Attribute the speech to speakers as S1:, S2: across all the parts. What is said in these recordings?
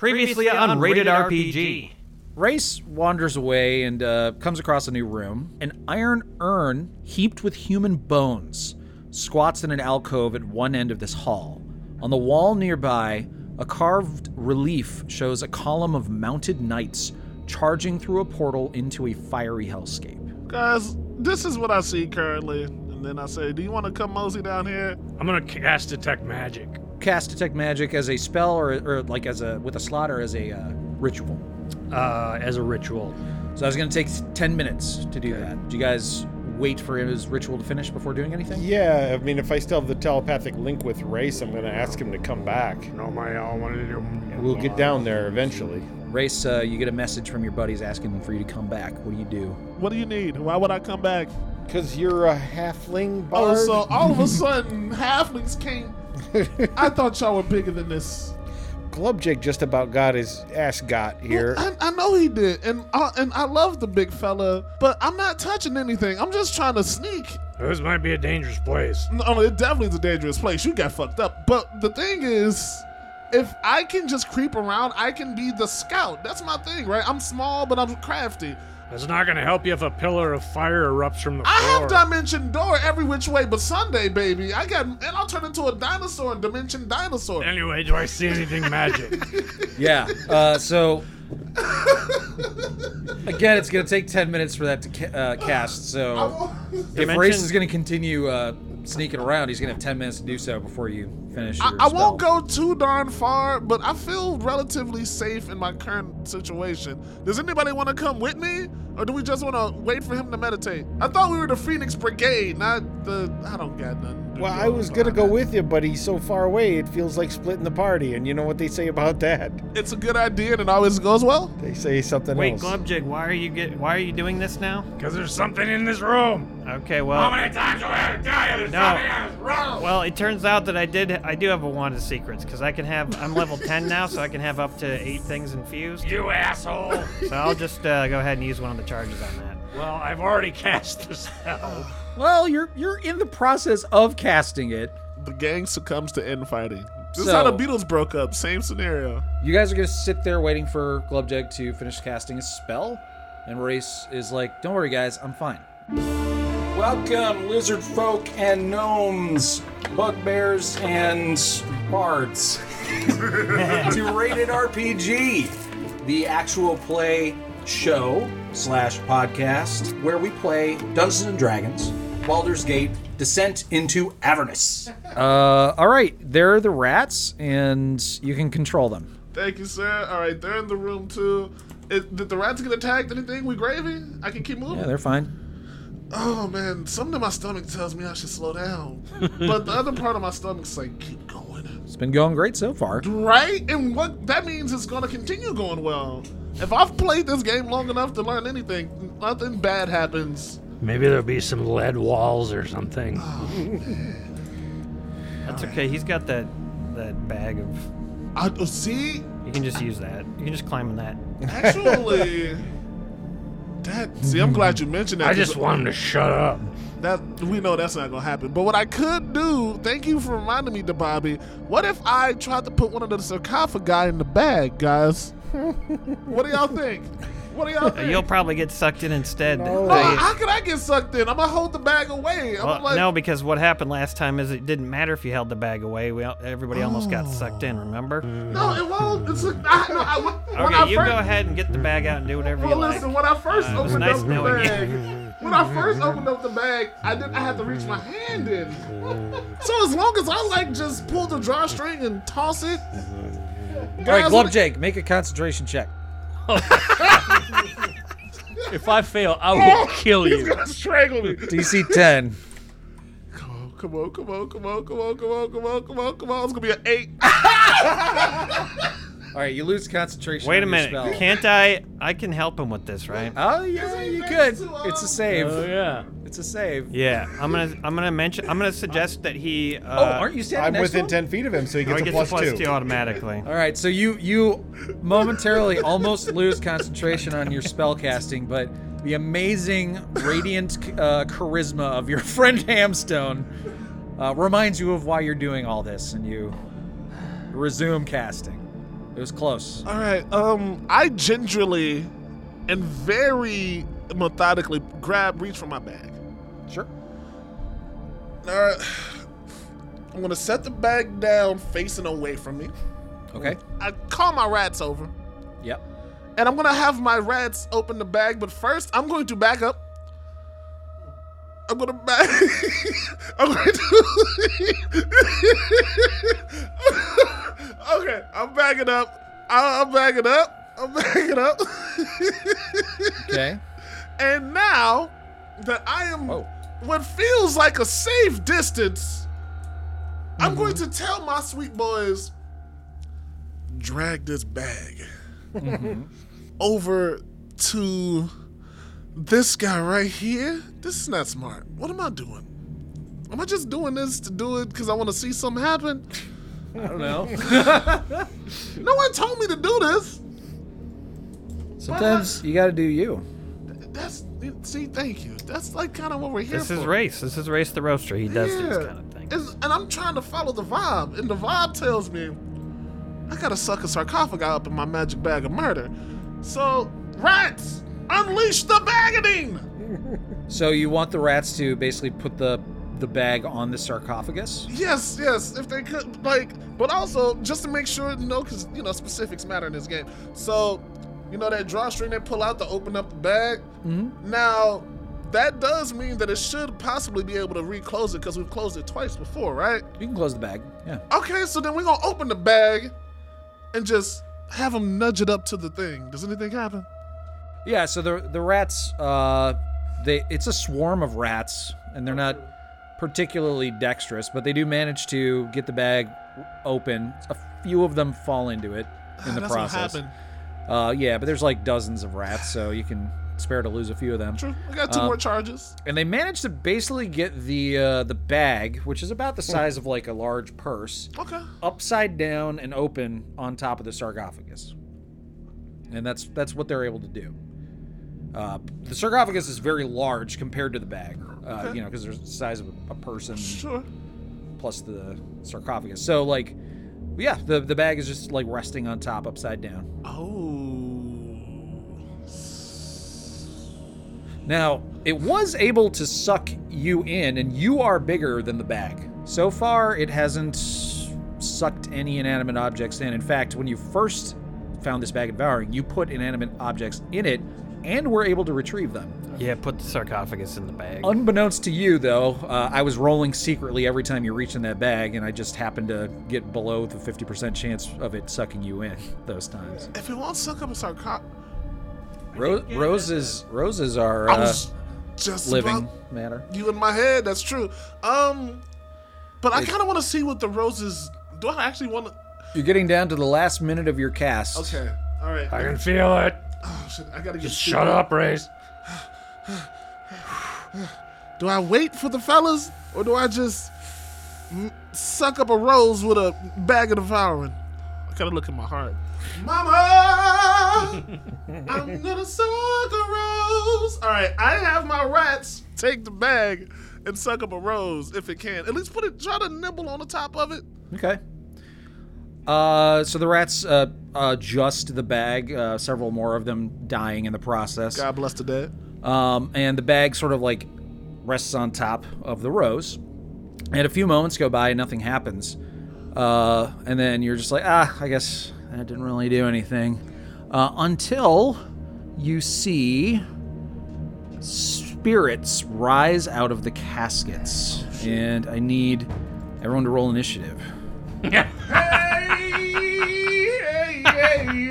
S1: Previously on Rated RPG.
S2: Race wanders away and uh, comes across a new room. An iron urn heaped with human bones squats in an alcove at one end of this hall. On the wall nearby, a carved relief shows a column of mounted knights charging through a portal into a fiery hellscape.
S3: Guys, this is what I see currently. And then I say, Do you want to come mosey down here?
S4: I'm gonna cast detect magic.
S2: Cast detect magic as a spell or, or like as a with a slot or as a uh, ritual.
S4: Uh, as a ritual.
S2: So I was going to take 10 minutes to do that. Do you guys wait for his ritual to finish before doing anything?
S5: Yeah, I mean, if I still have the telepathic link with Race, I'm going to ask him to come back.
S6: No, my, I wanted to do.
S5: We'll get down there eventually.
S2: Race, uh, you get a message from your buddies asking for you to come back. What do you do?
S3: What do you need? Why would I come back?
S5: Because you're a halfling
S3: Oh,
S5: bard.
S3: so all of a sudden, halflings can't. I thought y'all were bigger than this.
S5: Glubjig just about got his ass got here.
S3: I, I know he did, and I, and I love the big fella, but I'm not touching anything. I'm just trying to sneak.
S4: This might be a dangerous place.
S3: No, it definitely is a dangerous place. You got fucked up. But the thing is, if I can just creep around, I can be the scout. That's my thing, right? I'm small, but I'm crafty.
S4: It's not gonna help you if a pillar of fire erupts from the
S3: I
S4: floor.
S3: have dimension door every which way but Sunday, baby. I got, and I'll turn into a dinosaur and dimension dinosaur.
S4: Anyway, do I see anything magic?
S2: Yeah. Uh, so again, it's gonna take ten minutes for that to ca- uh, cast. So if
S4: Dimension-
S2: race is gonna continue uh, sneaking around, he's gonna have ten minutes to do so before you finish.
S3: I,
S2: Your
S3: I won't
S2: spell.
S3: go too darn far, but I feel relatively safe in my current situation. Does anybody want to come with me, or do we just want to wait for him to meditate? I thought we were the Phoenix Brigade, not the. I don't got nothing.
S5: well, I was going to go with you, but he's so far away, it feels like splitting the party. And you know what they say about that?
S3: It's a good idea, and it always goes well.
S5: They say something
S1: Wait,
S5: else.
S1: Glubjig, why are you get? Why are you doing this now?
S4: Because there's something in this room.
S1: Okay, well,
S4: many times do I have to tell you there's
S1: No.
S4: in this room?
S1: well, it turns out that I did. I do have a wand of secrets because I can have. I'm level ten now, so I can have up to eight things infused.
S4: You asshole.
S1: So I'll just uh, go ahead and use one of the charges on that.
S4: well, I've already cast the spell.
S2: Well, you're you're in the process of casting it.
S3: The gang succumbs to end fighting. This is
S2: So-
S3: how the Beatles broke up. Same scenario.
S2: You guys are gonna sit there waiting for Glubjeg to finish casting his spell, and Race is like, "Don't worry, guys, I'm fine."
S7: Welcome, lizard folk and gnomes, bugbears and bards, to Rated RPG, the actual play show slash podcast where we play Dungeons and Dragons, Baldur's Gate, Descent into Avernus.
S2: Uh, all right, there are the rats, and you can control them.
S3: Thank you, sir. All right, they're in the room too. Is, did the rats get attacked? Anything? We gravy? I can keep moving.
S2: Yeah, they're fine.
S3: Oh man, something in my stomach tells me I should slow down. but the other part of my stomach's like, keep going.
S2: It's been going great so far.
S3: Right? And what that means it's gonna continue going well. If I've played this game long enough to learn anything, nothing bad happens.
S4: Maybe there'll be some lead walls or something.
S1: That's okay. He's got that that bag of.
S3: I oh, see
S1: You can just use that. You can just climb in that.
S3: actually that see I'm glad you mentioned that.
S4: I
S3: 'cause
S4: just want him to shut up.
S3: that we know that's not gonna happen. But what I could do, thank you for reminding me, Bobby. What if I tried to put one of the sarcophagi in the bag, guys? what do y'all think? What do y'all think?
S1: You'll probably get sucked in instead.
S5: No.
S3: No,
S1: by-
S3: how could I get sucked in? I'm gonna hold the bag away. I'm
S1: Well,
S3: like,
S1: no, because what happened last time is it didn't matter if you held the bag away. We all, everybody almost got sucked in. Remember?
S3: no, it won't. It's a, I, no, I, Oh. when I
S1: Okay, you
S3: first,
S1: go ahead and get the bag out and do whatever you
S3: Well,
S1: like.
S3: listen, when I first
S1: Uh, it was
S3: opened
S1: nice
S3: up the
S1: knowing you.
S3: bag, when I first opened up the bag, I did. I had to reach my hand in.
S1: Mm.
S3: so as long as I like just pull the drawstring and toss it.
S2: All right,
S3: Guys, what-
S2: Glubjake, make a concentration check.
S4: If I fail, I will kill
S3: He's
S4: you.
S3: gonna strangle me.
S2: DC 10.
S3: Oh, come on, come on, come on, come on, come on, come on, come on, come on. It's gonna be an eight. Ah!
S2: All right, you lose concentration.
S1: Wait a
S2: on your
S1: minute.
S2: Spell.
S1: Can't I? I can help him with this, right?
S2: Oh yeah, you could. It's a save.
S4: Oh yeah.
S2: It's a save.
S1: Uh, Yeah. I'm gonna. I'm gonna mention. I'm gonna suggest that he. Uh,
S2: Oh, aren't you
S5: I'm
S2: standing next
S5: within
S2: to him?
S5: 10 feet of him, so he
S1: Or
S5: gets,
S1: he
S5: a,
S1: gets
S5: plus
S1: a plus
S5: two.
S1: two automatically.
S2: All right, so you you momentarily almost lose concentration on your spell casting, but the amazing radiant uh, charisma of your friend Hamstone uh, reminds you of why you're doing all this, and you resume casting. It was close.
S3: All right. Um, I gingerly and very methodically grab, reach for my bag.
S2: Sure.
S3: All right. I'm gonna set the bag down, facing away from me.
S2: Okay.
S3: I call my rats over,
S2: Yep.
S3: and I'm gonna have my rats open the bag. But first, I'm going to back up. I'm gonna back. I'm going to. okay, I'm backing up. I- I'm backing up. I'm backing up.
S2: Okay.
S3: And now that I am
S2: Whoa.
S3: what feels like a safe distance, I'm going
S1: Mm-hmm.
S3: to tell my sweet boys drag this bag
S1: Mm-hmm.
S3: over to this guy right here. This is not smart. What am I doing? Am I just doing this to do it because I want to see something happen?
S2: I don't know.
S3: No one told me to do this.
S2: Sometimes you gotta do you.
S3: That's see, thank you. That's like kind of what we're here
S1: This
S3: for.
S1: is race. This is race the roaster. He does these kind of things.
S3: It's- and I'm trying to follow the vibe, and the vibe tells me I gotta suck a sarcophagi up in my magic bag of murder. So, rats, unleash the bagging!
S2: So you want the rats to basically put the the bag on the sarcophagus?
S3: Yes, yes, if they could, like, but also just to make sure, you know, because you know specifics matter in this game. So, you know that drawstring they pull out to open up the bag.
S1: Mm-hmm.
S3: Now, that does mean that it should possibly be able to reclose it because we've closed it twice before, right?
S2: You can close the bag. Yeah.
S3: Okay, so then we're gonna open the bag and just have them nudge it up to the thing. Does anything happen?
S2: Yeah. So the the rats, uh, they it's a swarm of rats, and they're not particularly dexterous, but they do manage to get the bag open. A few of them fall into it in the
S3: That's
S2: process.
S3: what happened.
S2: Uh, yeah, but there's like dozens of rats, so you can spare to lose a few of them.
S3: True. We got two more charges.
S2: and they managed to basically get the uh, the bag, which is about the size of like a large purse,
S3: Okay.
S2: upside down and open on top of the sarcophagus, and that's that's what they're able to do. Uh, the sarcophagus is very large compared to the bag, uh, you know, because there's the size of a person
S3: Sure.
S2: plus the sarcophagus. So like, yeah, the the bag is just like resting on top, upside down.
S3: Oh.
S2: Now, it was able to suck you in, and you are bigger than the bag. So far, it hasn't sucked any inanimate objects in. In fact, when you first found this bag of devouring, you put inanimate objects in it and were able to retrieve them.
S1: Yeah, put the sarcophagus in the bag.
S2: Unbeknownst to you, though, uh, I was rolling secretly every time you reached in that bag, and I just happened to get below the 50% chance of it sucking you in those times.
S3: If it won't suck up a sarcop,
S2: Ro- roses, roses are
S3: I
S2: uh,
S3: was just
S2: living
S3: about
S2: matter.
S3: you in my head. That's true. Um, but I kind of want to see what the roses. Do I actually want to?
S2: You're getting down to the last minute of your cast.
S3: Okay. All right.
S4: I can feel it.
S3: Oh, shit. I gotta get.
S4: Just shut up, Race.
S3: Do I wait for the fellas, or do I just mm, suck up a rose with a bag of devouring? I gotta look at my heart. Mama, I'm gonna suck a rose. All right, I have my rats take the bag and suck up a rose if it can. At least put it, try to nibble on the top of it.
S2: Okay. Uh, so the rats uh, adjust the bag, uh, several more of them dying in the process.
S3: God bless the dead.
S2: Um, and the bag sort of like rests on top of the rose. And a few moments go by and nothing happens. Uh, and then you're just like, ah, I guess that didn't really do anything. Uh, until you see spirits rise out of the caskets. And I need everyone to roll initiative.
S8: Very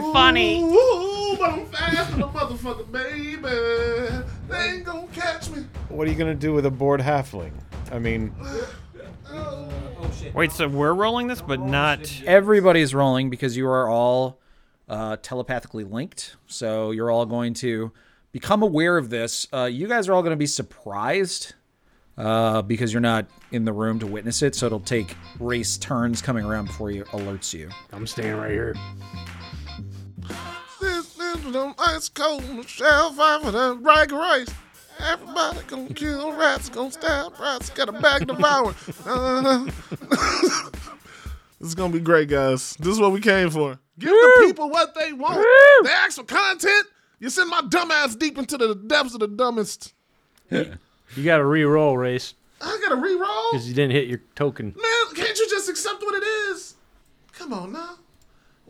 S8: funny.
S3: Ooh, but I'm fast than a motherfucker, baby. They ain't gonna catch me.
S5: What are you gonna do with a bored halfling? I mean,
S1: Wait, so we're rolling this, but not.
S2: Everybody's rolling because you are all uh, telepathically linked. So you're all going to become aware of this. Uh, you guys are all going to be surprised uh, because you're not in the room to witness it. So it'll take race turns coming around before you alerts you.
S4: I'm staying right here.
S3: This is them ice cold Michelle Pfeiffer, that Riker Rice. Everybody gonna kill rats, gonna stab rats, got a bag devour. Uh, this is gonna be great, guys. This is what we came for. Give the people what they want. They ask for content. You send my dumb ass deep into the depths of the dumbest.
S9: You got to re-roll, race,
S3: I gotta reroll.
S9: because you didn't hit your token.
S3: Man, can't you just accept what it is? Come on now.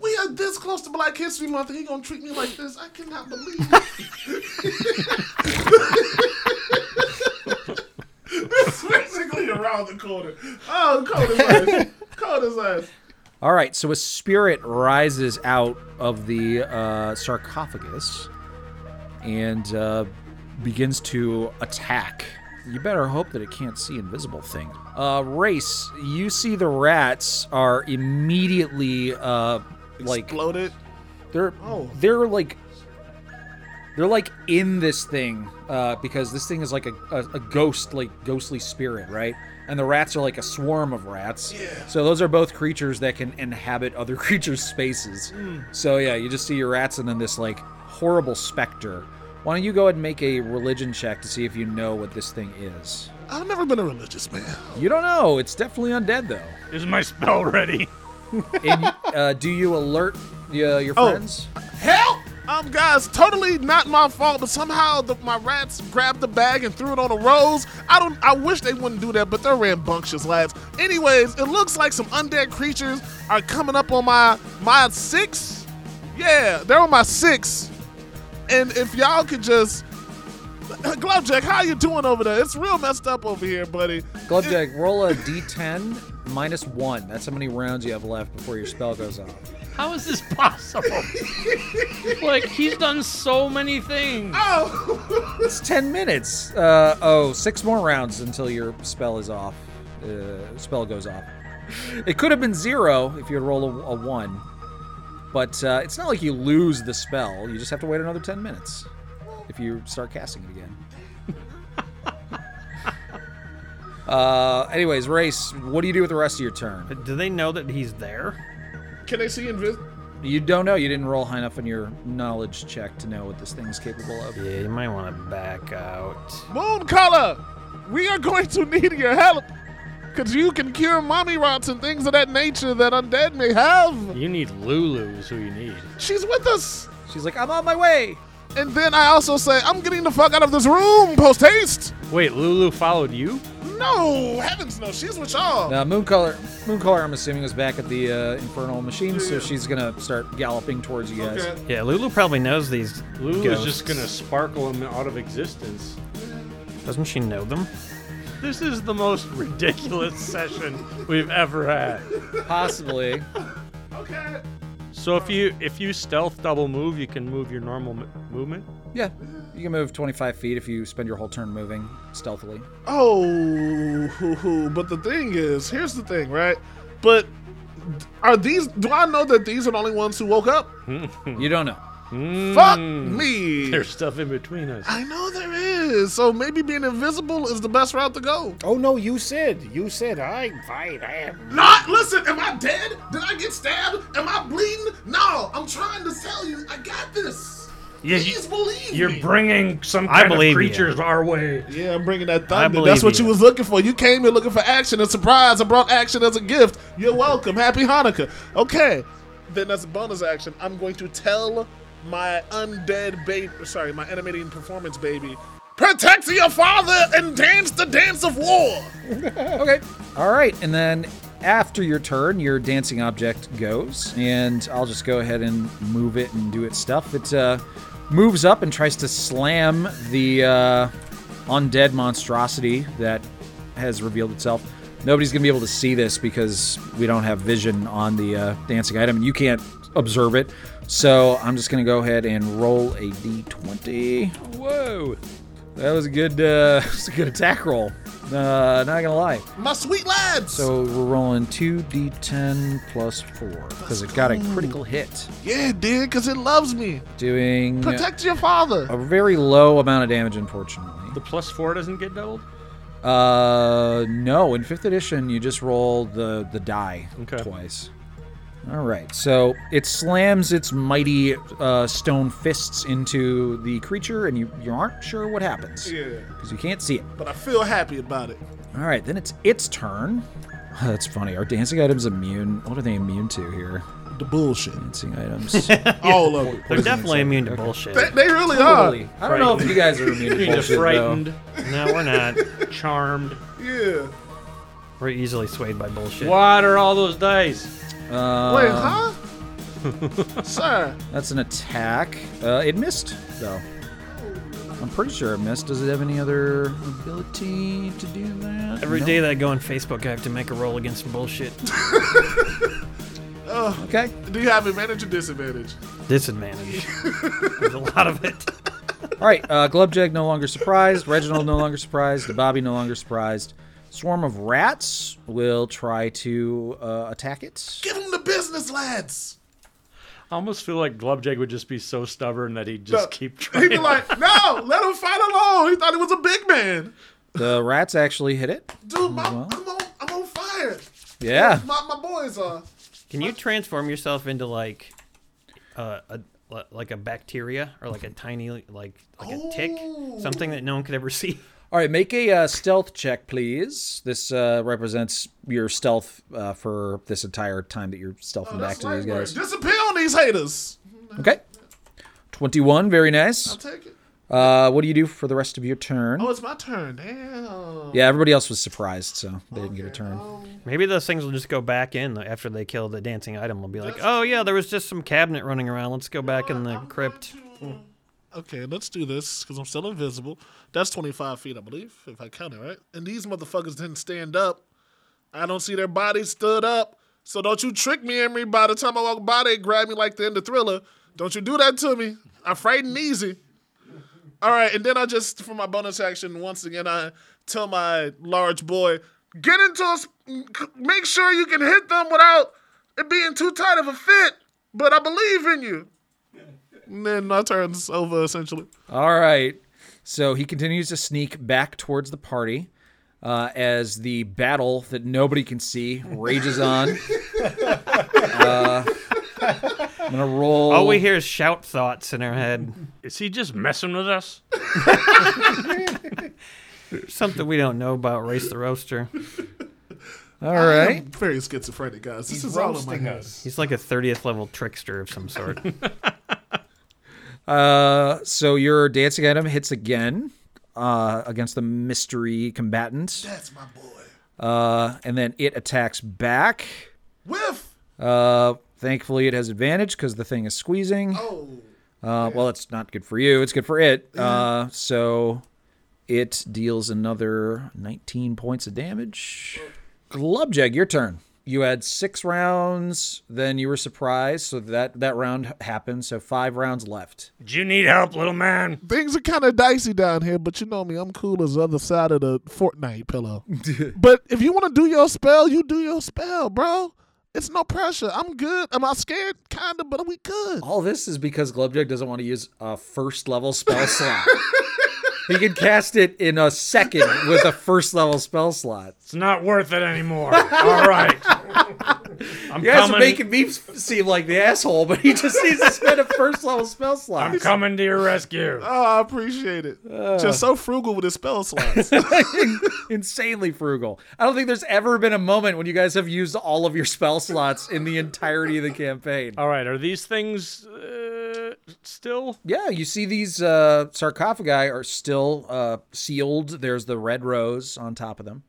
S3: We are this close to Black History Month and he gonna treat me like this. I cannot believe it. it's basically around the corner. Oh, cold as ice. cold as ice.
S2: All right, so a spirit rises out of the uh, sarcophagus and uh, begins to attack. You better hope that it can't see invisible things. Uh, race, you see the rats are immediately uh, like
S3: Exploded.
S2: they're they're like they're like in this thing uh, because this thing is like a, a, a ghost like ghostly spirit right and the rats are like a swarm of rats yeah. so those are both creatures that can inhabit other creatures spaces so yeah you just see your rats and then this like horrible specter why don't you go ahead and make a religion check to see if you know what this thing is
S3: I've never been a religious man.
S2: you don't know it's definitely undead though
S6: Is my spell ready?
S2: and, uh, do you alert uh, your friends
S3: Help! Um, guys, totally not my fault, but somehow the, my rats grabbed the bag and threw it on the rolls. I don't. I wish they wouldn't do that, but they're rambunctious lads. Anyways, it looks like some undead creatures are coming up on my my six. Yeah, they're on my six. And if y'all could just, Glovejack, how you doing over there? It's real messed up over here, buddy.
S2: Glubjag, roll a d10 minus one. That's how many rounds you have left before your spell goes off.
S8: How is this possible? like he's done so many things.
S3: Oh,
S2: It's 10 minutes. Uh, oh, six more rounds until your spell is off. Uh, spell goes off. It could have been zero if you had rolled a, a one, but uh, it's not like you lose the spell. You just have to wait another 10 minutes if you start casting it again. uh, anyways, race. What do you do with the rest of your turn?
S1: Do they know that he's there?
S3: can they see invis?
S2: You don't know. You didn't roll high enough on your knowledge check to know what this thing is capable of.
S1: Yeah, you might want to back out.
S3: Moon Color, we are going to need your help. Because you can cure mommy rots and things of that nature that undead may have.
S9: You need Lulu is who you need.
S3: She's with us.
S2: She's like, I'm on my way.
S3: And then I also say, I'm getting the fuck out of this room post haste.
S9: Wait, Lulu followed you?
S3: No, heavens no, she's with y'all.
S2: Now, Mooncolor, Mooncolor, I'm assuming is back at the uh, infernal machine, so she's gonna start galloping towards you guys.
S3: Okay.
S1: Yeah, Lulu probably knows these.
S9: Lulu
S1: ghosts.
S9: is just gonna sparkle him out of existence.
S1: Doesn't she know them?
S9: This is the most ridiculous session we've ever had.
S2: Possibly.
S3: Okay.
S9: So if you if you stealth double move, you can move your normal m- movement.
S2: yeah, you can move 25 feet if you spend your whole turn moving stealthily.
S3: Oh, hoo, hoo. but the thing is, here's the thing, right? But are these, do I know that these are the only ones who woke up?
S2: You don't know.
S3: Fuck me.
S9: Hmm. There's stuff in between us.
S3: I know there is. So maybe being invisible is the best route to go.
S5: Oh no, you said. You said I'm fine. I am.
S3: Not listen. Am I dead? Did I get stabbed? Am I bleeding? No. I'm trying to tell you. I got this.
S4: Yeah,
S3: Please believe
S4: You're
S3: me.
S4: bringing some
S1: I
S4: kind of
S1: believe you.
S4: creatures our way.
S3: yeah, I'm bringing that
S1: I
S3: thunder.
S1: believe
S3: That's what you
S1: you.
S3: was looking for. You came here looking for action and surprise. I brought action as a gift. You're welcome. Happy Hanukkah. Okay, then that's a bonus action. I'm going to tell my undead baby, sorry, my animating performance baby, protect your father and dance the dance of war.
S2: Okay. All right, and then after your turn, your dancing object goes, and I'll just go ahead and move it and do its stuff. It uh, moves up and tries to slam the uh, undead monstrosity that has revealed itself. Nobody's gonna be able to see this because we don't have vision on the uh, dancing item, and you can't observe it. So I'm just gonna go ahead and roll a d20. Whoa, that was a good, uh, that was a good attack roll. Uh, not gonna lie.
S3: My sweet lads.
S2: So we're rolling 2d10 plus 4 because it got a critical hit,
S3: yeah, dude, cause it loves me.
S2: doing
S3: Protect your father.
S2: a very low amount of damage, unfortunately.
S9: The plus four doesn't get doubled.
S2: Uh, no, in 5th edition, you just roll the, the die
S9: Okay.
S2: twice. All right, so it slams its mighty uh, stone fists into the creature, and you, you aren't sure what happens
S3: Yeah.
S2: because you can't see it.
S3: But I feel happy about it.
S2: All right, then it's its turn. That's funny. Are dancing items immune? What are they immune to here?
S3: The bullshit.
S2: Dancing items.
S3: All of it.
S1: They're definitely immune to bullshit.
S3: They, they really
S2: Totally.
S3: are.
S2: I don't know if you guys are immune to
S9: Being
S2: bullshit, though.
S9: frightened,
S1: No, we're not.
S9: charmed.
S3: Yeah.
S1: We're easily swayed by bullshit.
S9: What are all those dice?
S2: Um,
S3: Wait, huh? Sir.
S2: That's an attack. Uh, it missed, though. I'm pretty sure it missed. Does it have any other ability to do that?
S1: Every
S2: No.
S1: day that I go on Facebook, I have to make a roll against some bullshit.
S2: Okay.
S3: Do you have advantage or disadvantage?
S1: Disadvantage. There's a lot of it.
S2: All right. Uh, Glubjeg no longer surprised. Reginald no longer surprised. Bobby no longer surprised. Swarm of rats will try to uh, attack it.
S3: Give them the business, lads.
S9: I almost feel like Glubjeg would just be so stubborn that he'd just
S3: No.
S9: keep
S3: He'd
S9: trying.
S3: be like, no, let him fight alone. He thought he was a big man.
S2: The rats actually hit it.
S3: Dude, my, I'm, on, I'm on fire.
S2: Yeah.
S3: My, my boys are.
S1: Can you transform yourself into like uh, a like a bacteria or like a tiny like like a tick, something that no one could ever see?
S2: All right. Make a uh, stealth check, please. This uh, represents your stealth uh, for this entire time that you're stealthing back
S3: Oh, That's
S2: to these
S3: right,
S2: guys.
S3: word. Disappear on these haters.
S2: Okay. 21, very nice.
S3: I'll take it.
S2: Uh, what do you do for the rest of your turn?
S3: Oh, it's my turn. Damn.
S2: Yeah, everybody else was surprised, so they didn't get a turn.
S1: Maybe those things will just go back in after they kill the dancing item. We'll be like, oh yeah, there was just some cabinet running around. Let's go back in the crypt.
S3: Okay, let's do this because I'm still invisible. That's 25 feet, I believe, if I count it right. And these motherfuckers didn't stand up. I don't see their bodies stood up. So don't you trick me, Emery. By the time I walk by, they grab me like the end of Thriller. Don't you do that to me. I'm frightened easy. All right, and then I just, for my bonus action, once again, I tell my large boy, get into a, sp- make sure you can hit them without it being too tight of a fit. But I believe in you. And then my turn's over, essentially.
S2: All right. So he continues to sneak back towards the party uh, as the battle that nobody can see rages on. uh, I'm going to roll.
S1: All we hear is shout thoughts in our head.
S9: Is he just messing with us?
S1: Something we don't know about Race the Roaster.
S2: All right.
S3: I'm very schizophrenic, guys. This is all in my
S6: roasting
S3: head.
S6: us.
S1: He's like a 30th level trickster of some sort.
S2: Uh, so your dancing item hits again uh, against the mystery combatant.
S3: That's my boy.
S2: Uh, and then it attacks back.
S3: Whiff.
S2: Uh, thankfully, it has advantage because the thing is squeezing.
S3: Oh,
S2: Uh, well, it's not good for you. It's good for it. Uh, so it deals another 19 points of damage. Glubjeg, your turn. You had six rounds, then you were surprised, so that that round happened. So five rounds left.
S4: Do you need help, little man?
S3: things are kind of dicey down here, but you know me. I'm cool as the other side of the Fortnite pillow. but if you want to do your spell, you do your spell, bro. It's no pressure. I'm good. Am I scared? Kinda, but we good.
S2: All this is because Glubjeg doesn't want to use a first level spell slot. He can cast it in a second with a first level spell slot.
S4: It's not worth it anymore. All right. I'm
S2: You guys are
S4: coming.
S2: making me seem like the asshole, but he just needs to spend a first level spell
S4: I'm
S2: slot.
S4: coming to your rescue.
S3: Oh, I appreciate it.
S6: Ah.
S3: Just so frugal with his spell slots.
S2: Insanely frugal. I don't think there's ever been a moment when you guys have used all of your spell slots in the entirety of the campaign.
S9: All right, are these things uh, still?
S2: Yeah, you see these uh, sarcophagi are still uh, sealed. There's the red rose on top of them.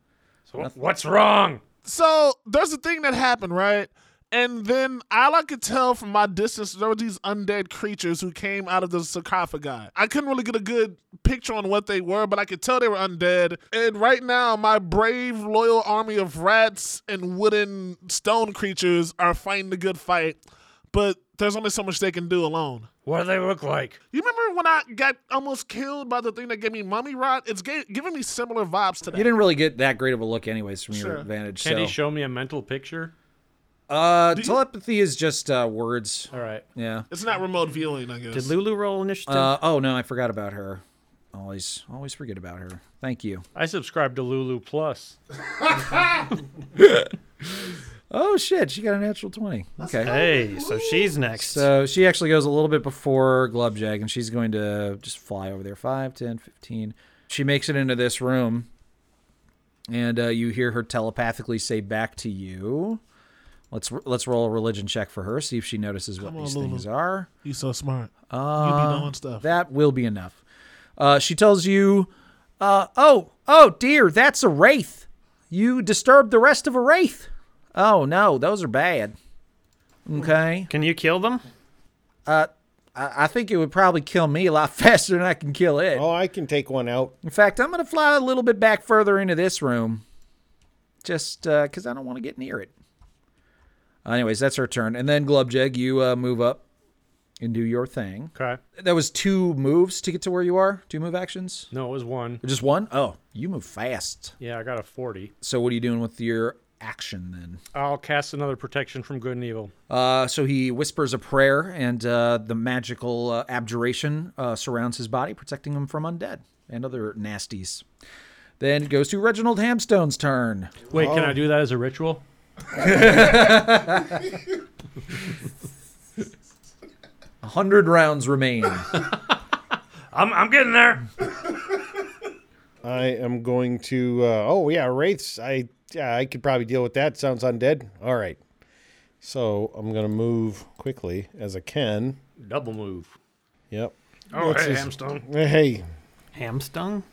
S4: So wh- what's wrong?
S3: So there's a thing that happened, right? And then all I could tell from my distance, there were these undead creatures who came out of the sarcophagi. I couldn't really get a good picture on what they were, but I could tell they were undead. And right now, my brave, loyal army of rats and wooden stone creatures are fighting a good fight, but there's only so much they can do alone.
S4: What do they look like?
S3: You remember when I got almost killed by the thing that gave me mummy rot? It's ga- giving me similar vibes to that.
S2: You didn't really get that great of a look, anyways, from your
S3: Sure.
S2: advantage.
S9: Can
S2: so.
S9: he show me a mental picture?
S2: uh, telepathy is just uh, words.
S9: All right.
S2: Yeah.
S3: It's not remote viewing, I guess.
S1: Did Lulu roll initiative?
S2: Uh, oh no, I forgot about her. Always, always forget about her. Thank you.
S9: I subscribe to Lulu Plus.
S2: Oh shit, she got a natural twenty. Okay.
S1: Hey, so she's next.
S2: So she actually goes a little bit before Glubjag, and she's going to just fly over there 5, 10, 15. She makes it into this room, and uh, you hear her telepathically say back to you. Let's let's roll a religion check for her, see if she notices what
S3: Come on,
S2: these
S3: Lulu.
S2: things are.
S3: You so smart. you
S2: Uh,
S3: be knowing stuff.
S2: That will be enough. Uh, she tells you, uh, "Oh, oh dear, that's a wraith. You disturbed the rest of a wraith. Oh no, those are bad.
S3: Hmm.
S2: Okay,
S1: Can you kill them?
S2: uh, I, I think it would probably kill me a lot faster than I can kill it.
S5: Oh, I can take one out.
S2: In fact, I'm gonna fly a little bit back further into this room, just because I don't want to get near it. Anyways, that's her turn, and then Glubjeg, you uh, move up and do your thing.
S9: Okay.
S2: That was two moves to get to where you are. Two move actions.
S9: No, it was one.
S2: Just one? Oh, you move fast.
S9: Yeah, I got a 40.
S2: So what are you doing with your action then?
S9: I'll cast another protection from good and evil.
S2: Uh, so he whispers a prayer, and uh, the magical uh, abjuration uh, surrounds his body, protecting him from undead and other nasties. Then it goes to Reginald Hamstone's turn.
S9: Wait,
S4: Oh.
S9: can I do that as a ritual?
S2: A hundred rounds remain.
S4: I'm, I'm getting there.
S5: I am going to. Uh, oh yeah, wraiths. I yeah, I could probably deal with that. Sounds undead. All right. So I'm gonna move quickly as I can.
S9: Double move.
S5: Yep.
S4: Oh,
S5: What's
S4: hey,
S5: his-
S4: Hamstone.
S5: Hey,
S1: Hamstung?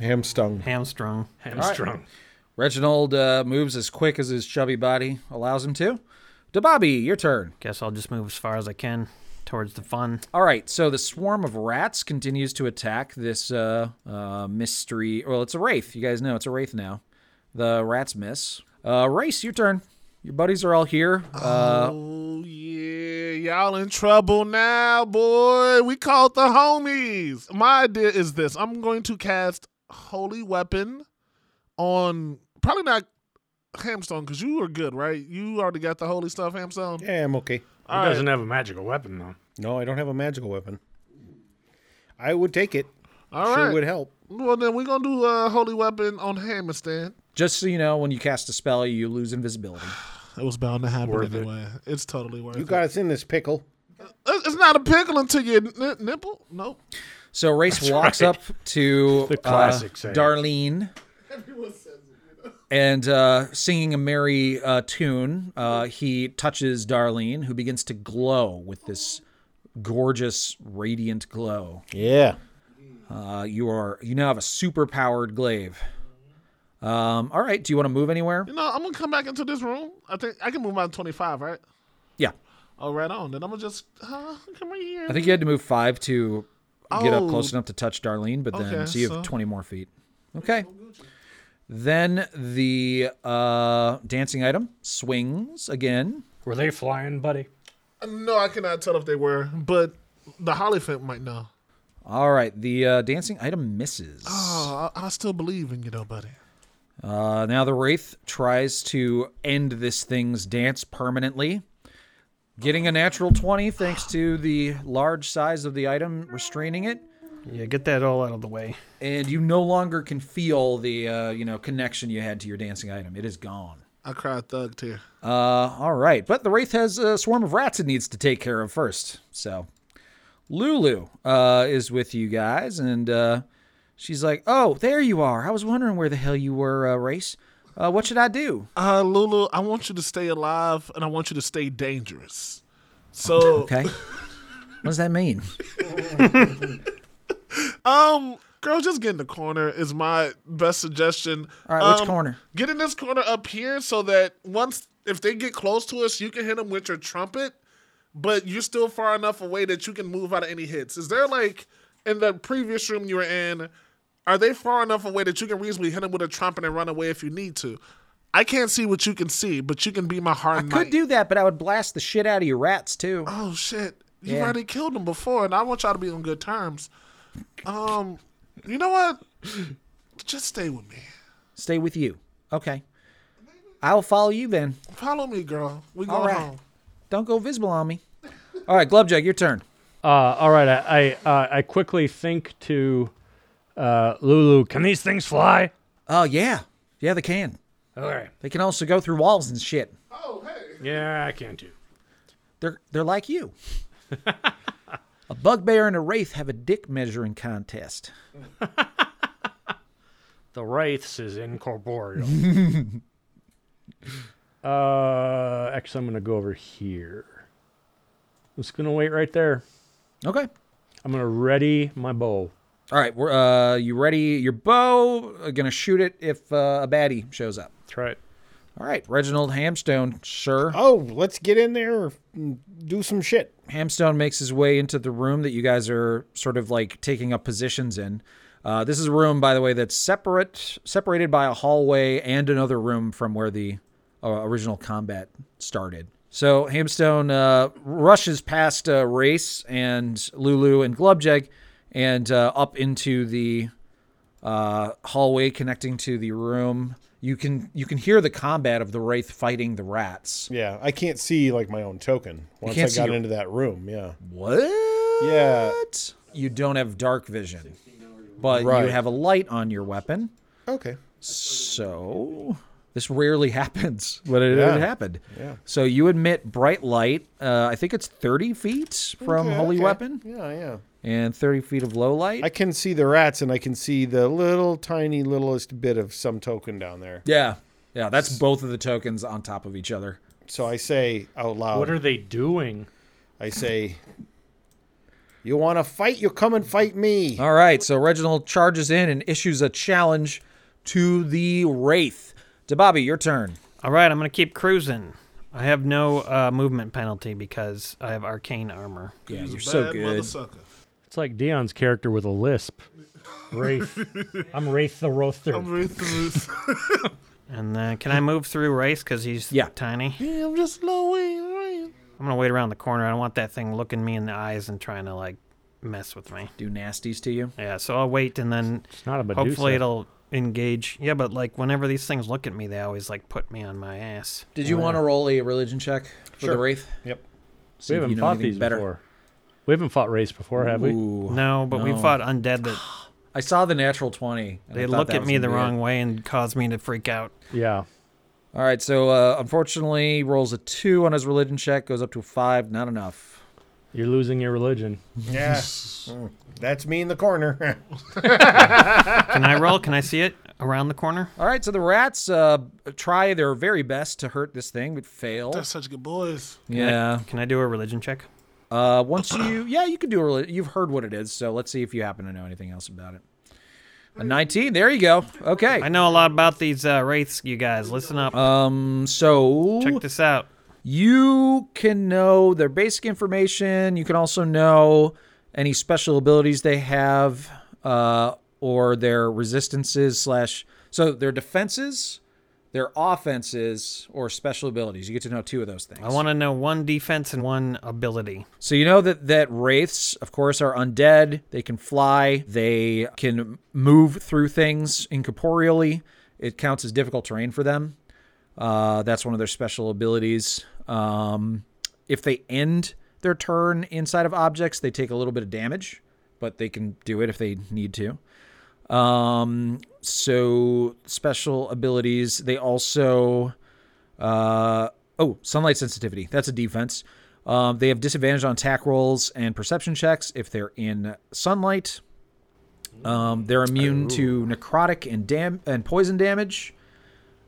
S5: hamstung.
S1: Hamstrung.
S4: Hamstrung.
S2: Reginald uh, moves as quick as his chubby body allows him to. Dababi, your turn.
S1: Guess I'll just move as far as I can towards the fun.
S2: All right, so the swarm of rats continues to attack this uh, uh, mystery. Well, it's a wraith. You guys know it's a wraith now. The rats miss. Uh, Race, your turn. Your buddies are all here. Uh,
S3: oh yeah, y'all in trouble now, boy. We called the homies. My idea is this: I'm going to cast Holy Weapon on probably not Hamstone because you are good, right? You already got the holy stuff, Hamstone.
S5: Yeah, I'm okay.
S4: He doesn't have a magical weapon, though.
S5: No, I don't have a magical weapon. I would take it.
S3: All
S5: sure
S3: right.
S5: would help.
S3: Well, then we're gonna do a holy weapon on Hammerstein.
S2: just so you know, when you cast a spell, you lose invisibility.
S3: It was bound to happen
S4: Worth it.
S3: anyway. It's totally worth
S5: You
S3: it.
S5: got us in this pickle.
S3: It- It's not a pickle until your n- nipple. Nope.
S2: So Race walks up to
S4: The
S2: uh,
S4: classic saying.
S2: Darlene and uh, singing a merry uh, tune, uh, he touches Darlene, who begins to glow with this gorgeous, radiant glow.
S5: Yeah.
S2: Uh, you are you now have a super powered glaive. Um, all right. Do you want to move anywhere?
S3: You know, I'm gonna come back into this room. I think I can move my 25, right?
S2: Yeah.
S3: Oh, right on. Then I'm gonna just huh, come right here.
S2: I think you had to move five to get up
S3: Oh.
S2: close enough to touch Darlene, but then
S3: Okay,
S2: so you have
S3: so-
S2: twenty more feet. Okay. Then the uh, dancing item swings again.
S4: Were they flying, buddy?
S3: No, I cannot tell if they were, but the Hollyfant might know.
S2: All right. The uh, dancing item misses.
S3: Oh, I, I still believe in you, though, buddy.
S2: Uh, now the wraith tries to end this thing's dance permanently. Getting a natural 20 thanks to the large size of the item restraining it.
S1: Yeah, get that all out of the way.
S2: and you no longer can feel the uh, you know connection you had to your dancing item. It is gone.
S3: I cried thug tear.
S2: Uh, all right, but the wraith has a swarm of rats it needs to take care of first. So Lulu uh, is with you guys, and uh, she's like, "Oh, there you are. I was wondering where the hell you were, uh, race. Uh, what should I do?"
S3: Uh, Lulu, I want you to stay alive and I want you to stay dangerous. So,
S2: Okay. what does that mean?
S3: um, girl, just get in the corner is my best suggestion.
S2: All right, which
S3: Um,
S2: corner?
S3: Get in this corner up here so that once, if they get close to us, you can hit them with your trumpet, but you're still far enough away that you can move out of any hits. Is there like in the previous room you were in? Are they far enough away that you can reasonably hit them with a trumpet and run away if you need to? I can't see what you can see, but you can be my hard
S2: I
S3: knight.
S2: could do that, but I would blast the shit out of your rats too.
S3: Oh shit! You
S2: Yeah.
S3: already killed him before, and I want y'all to be on good terms. Um, you know what? Just stay with me.
S2: Stay with you. Okay. I'll follow you then.
S3: Follow me, girl. We
S2: All
S3: going
S2: right.
S3: home.
S2: Don't go visible on me. All right, Glubjug, your turn.
S9: Uh, all right. I I, uh, I quickly think to uh, Lulu.
S4: Can these things fly?
S2: Oh yeah, yeah they can.
S4: Okay.
S2: They can also go through walls and shit.
S3: Oh
S4: Yeah, I can too.
S2: They're they're like you. a bugbear and a wraith have a dick measuring contest.
S4: The wraiths is incorporeal.
S9: Uh, actually, I'm gonna go over here. I'm just gonna wait right there.
S2: Okay.
S9: I'm gonna ready my bow.
S2: All right, we're uh you ready your bow, uh, gonna shoot it if uh, a baddie shows up.
S9: That's right.
S2: All right, Reginald Hamstone, sure.
S5: Oh, let's get in there and do some shit.
S2: Hamstone makes his way into the room that you guys are sort of like taking up positions in. Uh, this is a room, by the way, that's separate, separated by a hallway and another room from where the uh, original combat started. So Hamstone uh, rushes past uh, Race and Lulu and Glubjeg and uh, up into the uh, hallway connecting to the room. You can you can hear the combat of the wraith fighting the rats.
S5: Yeah, I can't see like my own token once
S2: can't
S5: I
S2: see
S5: got
S2: your-
S5: into that room. Yeah.
S2: What?
S5: Yeah.
S2: You don't have dark vision, but you
S5: Right.
S2: have a light on your weapon.
S5: Okay.
S2: So this rarely happens, but it, it
S5: Yeah.
S2: happened.
S5: Yeah.
S2: So you emit bright light. Uh, I think it's 30 feet from
S5: Okay,
S2: holy
S5: okay.
S2: weapon
S5: Yeah, yeah.
S2: and 30 feet of low light.
S5: I can see the rats and I can see the little tiny littlest bit of some token down there.
S2: yeah. Yeah, that's both of the tokens on top of each other.
S5: So I say out
S9: Uh,
S5: loud.
S4: what are they doing?
S5: I say, "You want to fight? You come and fight me."
S2: All right, so Reginald charges in and issues a challenge to the Wraith. Dababi, your turn.
S1: All right, I'm gonna keep cruising. I have no uh, movement penalty because I have arcane armor.
S2: Yeah, you're
S3: Bad
S2: so good.
S3: mothersucker.
S9: It's like Dion's character with a lisp. Wraith. I'm Wraith the Roaster.
S3: I'm Wraith the Ruth.
S1: And uh, can I move through Race because he's
S2: Yeah.
S1: tiny?
S3: Yeah, I'm just low wing, right?
S1: I'm gonna wait around the corner. I don't want that thing looking me in the eyes and trying to like mess with me.
S2: Do nasties to you.
S1: Yeah, so I'll wait and then
S9: It's not a Medusa.
S1: hopefully it'll engage. Yeah, but like whenever these things look at me, they always like put me on my ass.
S2: Did you want to roll a religion check for the Wraith?
S5: Yep.
S2: See
S9: we
S2: if
S9: haven't
S2: you know
S9: fought
S2: anything
S9: these before. We haven't fought Race before, have we?
S2: Ooh.
S1: No, but we
S2: No.
S1: fought undead that
S2: I saw the natural 20. and I
S1: they
S2: thought
S1: look
S2: that
S1: at
S2: was
S1: me
S2: gonna
S1: the
S2: be it.
S1: wrong way and cause me to freak out.
S9: Yeah.
S2: All right, so uh, unfortunately, he rolls a two on his religion check, goes up to a five, not enough.
S9: You're losing your religion.
S5: Yeah. Mm, That's me in the corner.
S1: Can I roll? Can I see it around the corner?
S2: All right, so the rats uh, try their very best to hurt this thing, but fail.
S3: That's such good boys.
S2: yeah.
S1: Can I do a religion check?
S2: Uh, once you, yeah, you can do a. Reli- you've heard what it is, so let's see if you happen to know anything else about it. A nineteen. There you go. Okay.
S1: I know a lot about these uh, wraiths, you guys. Listen up.
S2: Um. So
S1: Check this out.
S2: You can know their basic information. You can also know any special abilities they have, uh, or their resistances slash so their defenses, their offenses, or special abilities. You get to know two of those things.
S1: I want to know one defense and one ability.
S2: So you know that that wraiths, of course, are undead. They can fly. They can move through things incorporeally. It counts as difficult terrain for them. Uh, that's one of their special abilities. Um, if they end their turn inside of objects, they take a little bit of damage, but they can do it if they need to. Um, so special abilities. They also uh, oh, sunlight sensitivity. That's a defense. Um, they have disadvantage on attack rolls and perception checks if they're in sunlight. Um, they're immune to necrotic and dam- and poison damage.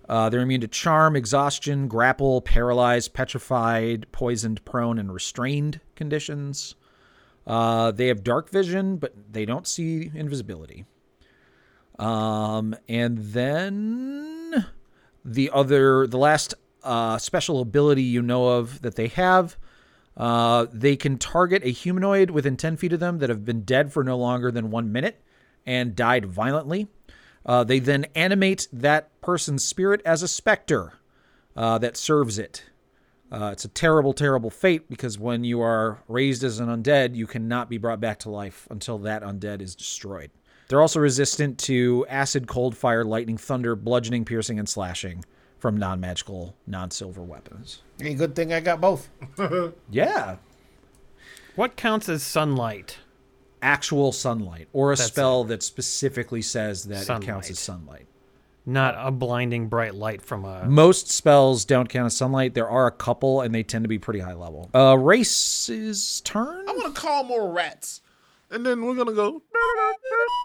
S2: Uh, they're immune to charm, exhaustion, grapple, paralyzed, petrified, poisoned, prone, and restrained conditions. Uh, they have dark vision, but they don't see invisibility. Um, and then the other, the last uh, special ability you know of that they have, uh, they can target a humanoid within 10 feet of them that have been dead for no longer than one minute and died violently. Uh, they then animate that person's spirit as a specter uh, that serves it. Uh, it's a terrible, terrible fate because when you are raised as an undead, you cannot be brought back to life until that undead is destroyed. They're also resistant to acid, cold, fire, lightning, thunder, bludgeoning, piercing, and slashing from non magical, non silver weapons.
S5: hey, good thing I got both.
S2: Yeah.
S1: What counts as sunlight?
S2: Actual sunlight or a
S1: That's
S2: spell that specifically says that it counts
S1: Sunlight.
S2: as sunlight.
S1: not a blinding bright light from a.
S2: Most spells don't count as sunlight. There are a couple, and they tend to be pretty high level. Uh, race's turn.
S3: I'm gonna call more rats, and then we're gonna go.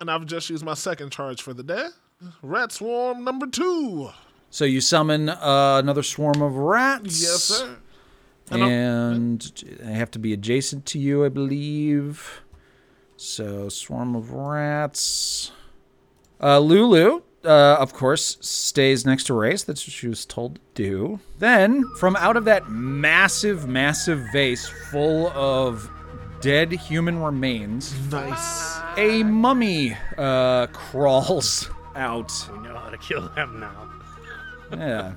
S3: And I've just used my second charge for the day. Rat swarm number two.
S2: So you summon uh, another swarm of rats.
S3: Yes, sir. And I'm-
S2: And they have to be adjacent to you, I believe. So swarm of rats. Uh, Lulu, uh, of course, stays next to Race. That's what she was told to do. Then, from out of that massive, massive vase full of dead human remains,
S3: nice,
S2: a mummy uh, crawls out.
S4: We know how to kill them now.
S2: Yeah.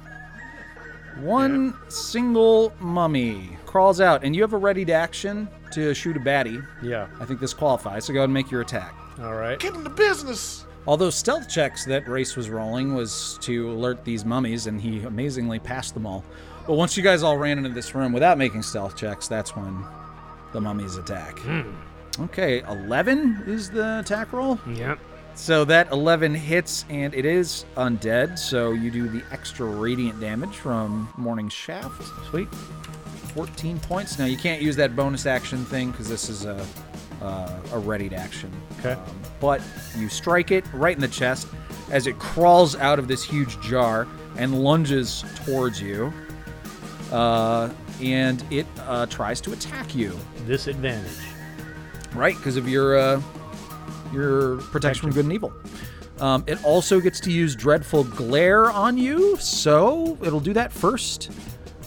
S2: One single mummy crawls out, and you have a ready to action to shoot a baddie.
S9: Yeah.
S2: I think this qualifies, so go ahead and make your attack.
S9: All right.
S3: Get in the business.
S2: Although stealth checks that Race was rolling was to alert these mummies, and he amazingly passed them all. But once you guys all ran into this room without making stealth checks, that's when the mummies attack. Okay, 11 is the attack roll.
S4: Yep.
S2: So that 11 hits, and it is undead, so you do the extra radiant damage from Morning Shaft. Sweet. 14 points. Now, you can't use that bonus action thing because this is a, uh, a readied action. Um,
S9: Okay.
S2: but you strike it right in the chest as it crawls out of this huge jar and lunges towards you. Uh, and it uh, tries to attack you.
S9: Disadvantage.
S2: Right, because of your uh, your protection from good and evil. Um, it also gets to use dreadful glare on you, so it'll do that first.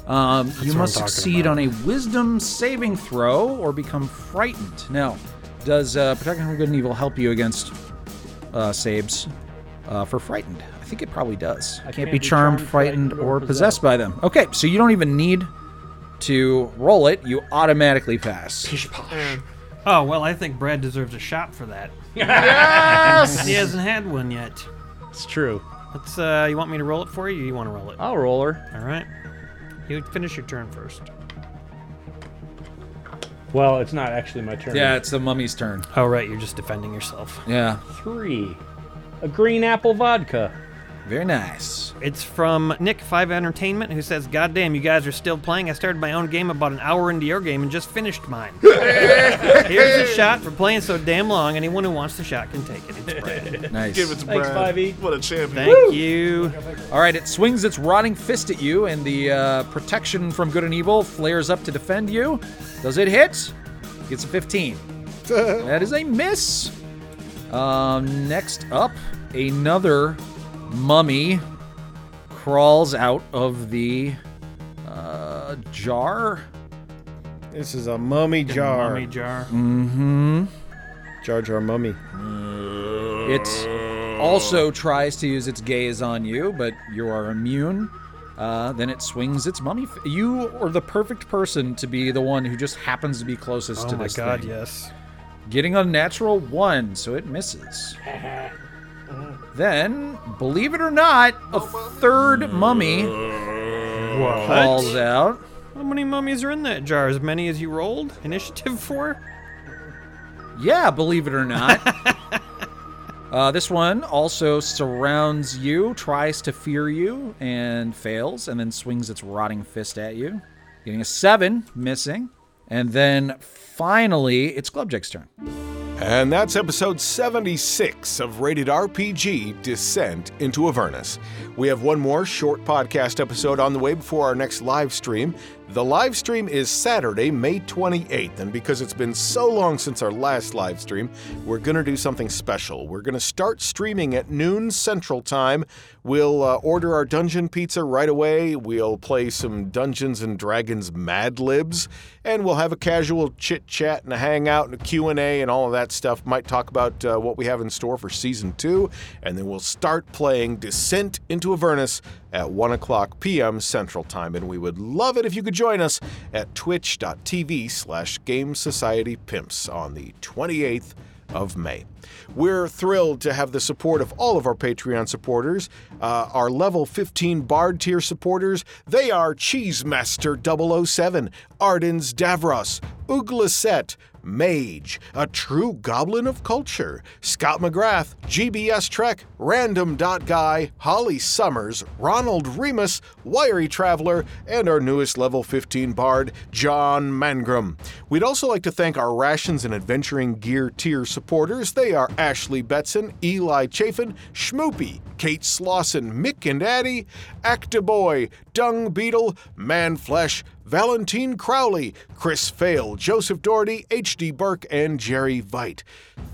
S2: Um, you
S4: what
S2: must
S4: I'm talking
S2: succeed on a wisdom saving throw or become frightened. Now, does uh, protection from good and evil help you against uh, saves uh, for frightened? I think it probably does. can't, be charmed, frightened, or possessed by them. Okay, so you don't even need to roll it; you automatically pass.
S1: Oh well, I think Brad deserves a shot for that.
S3: Yes!
S1: he hasn't had one yet.
S9: It's true.
S1: Let's. Uh, you want me to roll it for you? Or you want to roll it?
S9: I'll roll her.
S1: All right. You finish your turn first.
S9: Well, it's not actually my turn.
S2: Yeah, it's the mummy's turn.
S1: Oh right, you're just defending yourself.
S2: Yeah,
S9: Three. A green apple vodka.
S2: very nice.
S1: It's from Nick Five Entertainment, who says, "God damn, you guys are still playing. I started my own game about an hour into your game and just finished mine. Here's a shot for playing so damn long. Anyone who wants the shot can take it. It's Brad.
S2: Nice.
S3: Give it to
S9: Thanks,
S3: Brad.
S9: 5e.
S3: What a champion.
S1: Thank you.
S2: All right, it swings its rotting fist at you, and the uh, protection from good and evil flares up to defend you. Does it hit? Gets a 15. that is a miss. Um, next up, another mummy crawls out of the uh, jar.
S5: This is a mummy jar.
S1: Mummy jar.
S5: Jar Jar mummy.
S1: Oh
S2: It also tries to use its gaze on you, but you are immune. Uh, then it swings its mummy. F- you are the perfect person to be the one who just happens to be closest
S1: Oh
S2: to
S1: my
S2: this
S1: god,
S2: thing.
S1: yes.
S2: Getting a natural one, so it misses. then, believe it or not, a third mummy falls out.
S1: How many mummies are in that jar? As many as you rolled? Initiative for?
S2: Yeah, believe it or not. uh, this one also surrounds you, tries to fear you, and fails, and then swings its rotting fist at you. Getting a seven, missing. And then finally, it's Glubjack's turn.
S10: And that's episode 76 of Rated RPG Descent into Avernus. We have one more short podcast episode on the way before our next live stream. The live stream is Saturday, May 28th, and because it's been so long since our last live stream, we're going to do something special. We're going to start streaming at noon Central Time. We'll uh, order our dungeon pizza right away. We'll play some Dungeons and Dragons Mad Libs, and we'll have a casual chit chat and a hangout and a Q&A and all of that stuff. Might talk about uh, what we have in store for season two, and then we'll start playing Descent into Avernus at 1 o'clock p.m. Central Time, and we would love it if you could join us at twitch.tv slash Game Society Pimps on the 28th of May. We're thrilled to have the support of all of our Patreon supporters, uh, our level 15 Bard tier supporters. oh They are Cheesemaster 007, Ardens Davros, Uglaset, Mage, a true goblin of culture, Scott McGrath, GBS Trek, Random Dot Guy, Holly Summers, Ronald Remus, Wiry Traveler, and our newest level 15 bard, John Mangrum. We'd also like to thank our Rations and Adventuring Gear tier supporters. They are Ashley Betson, Eli Chafin, Schmoopy, Kate Slauson, Mick and Addie, Actaboy, Dung Beetle, Manflesh, Valentine Crowley, Chris Fail, Joseph Doherty, H.D. Burke, and Jerry Veit.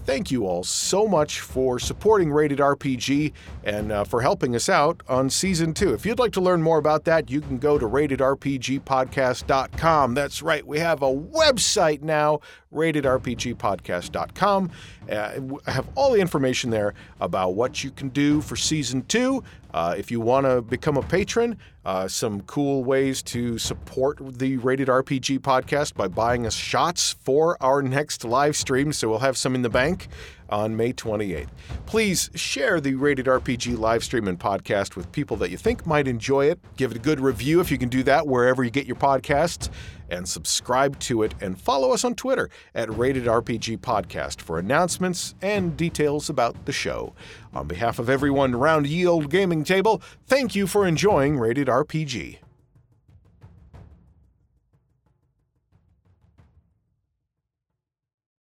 S10: Thank you all so much for supporting Rated RPG and uh, for helping us out on season two. If you'd like to learn more about that, you can go to ratedrpgpodcast.com. That's right, we have a website now, ratedrpgpodcast.com. Uh, I have all the information there about what you can do for season two. Uh, if you want to become a patron, uh, some cool ways to support the Rated RPG podcast by buying us shots for our next live stream. So we'll have some in the bank on May 28th. Please share the Rated RPG live stream and podcast with people that you think might enjoy it. Give it a good review if you can do that wherever you get your podcasts, and subscribe to it. And follow us on Twitter at Rated RPG Podcast for announcements and details about the show. On behalf of everyone around Ye Old Gaming Table, thank you for enjoying Rated RPG.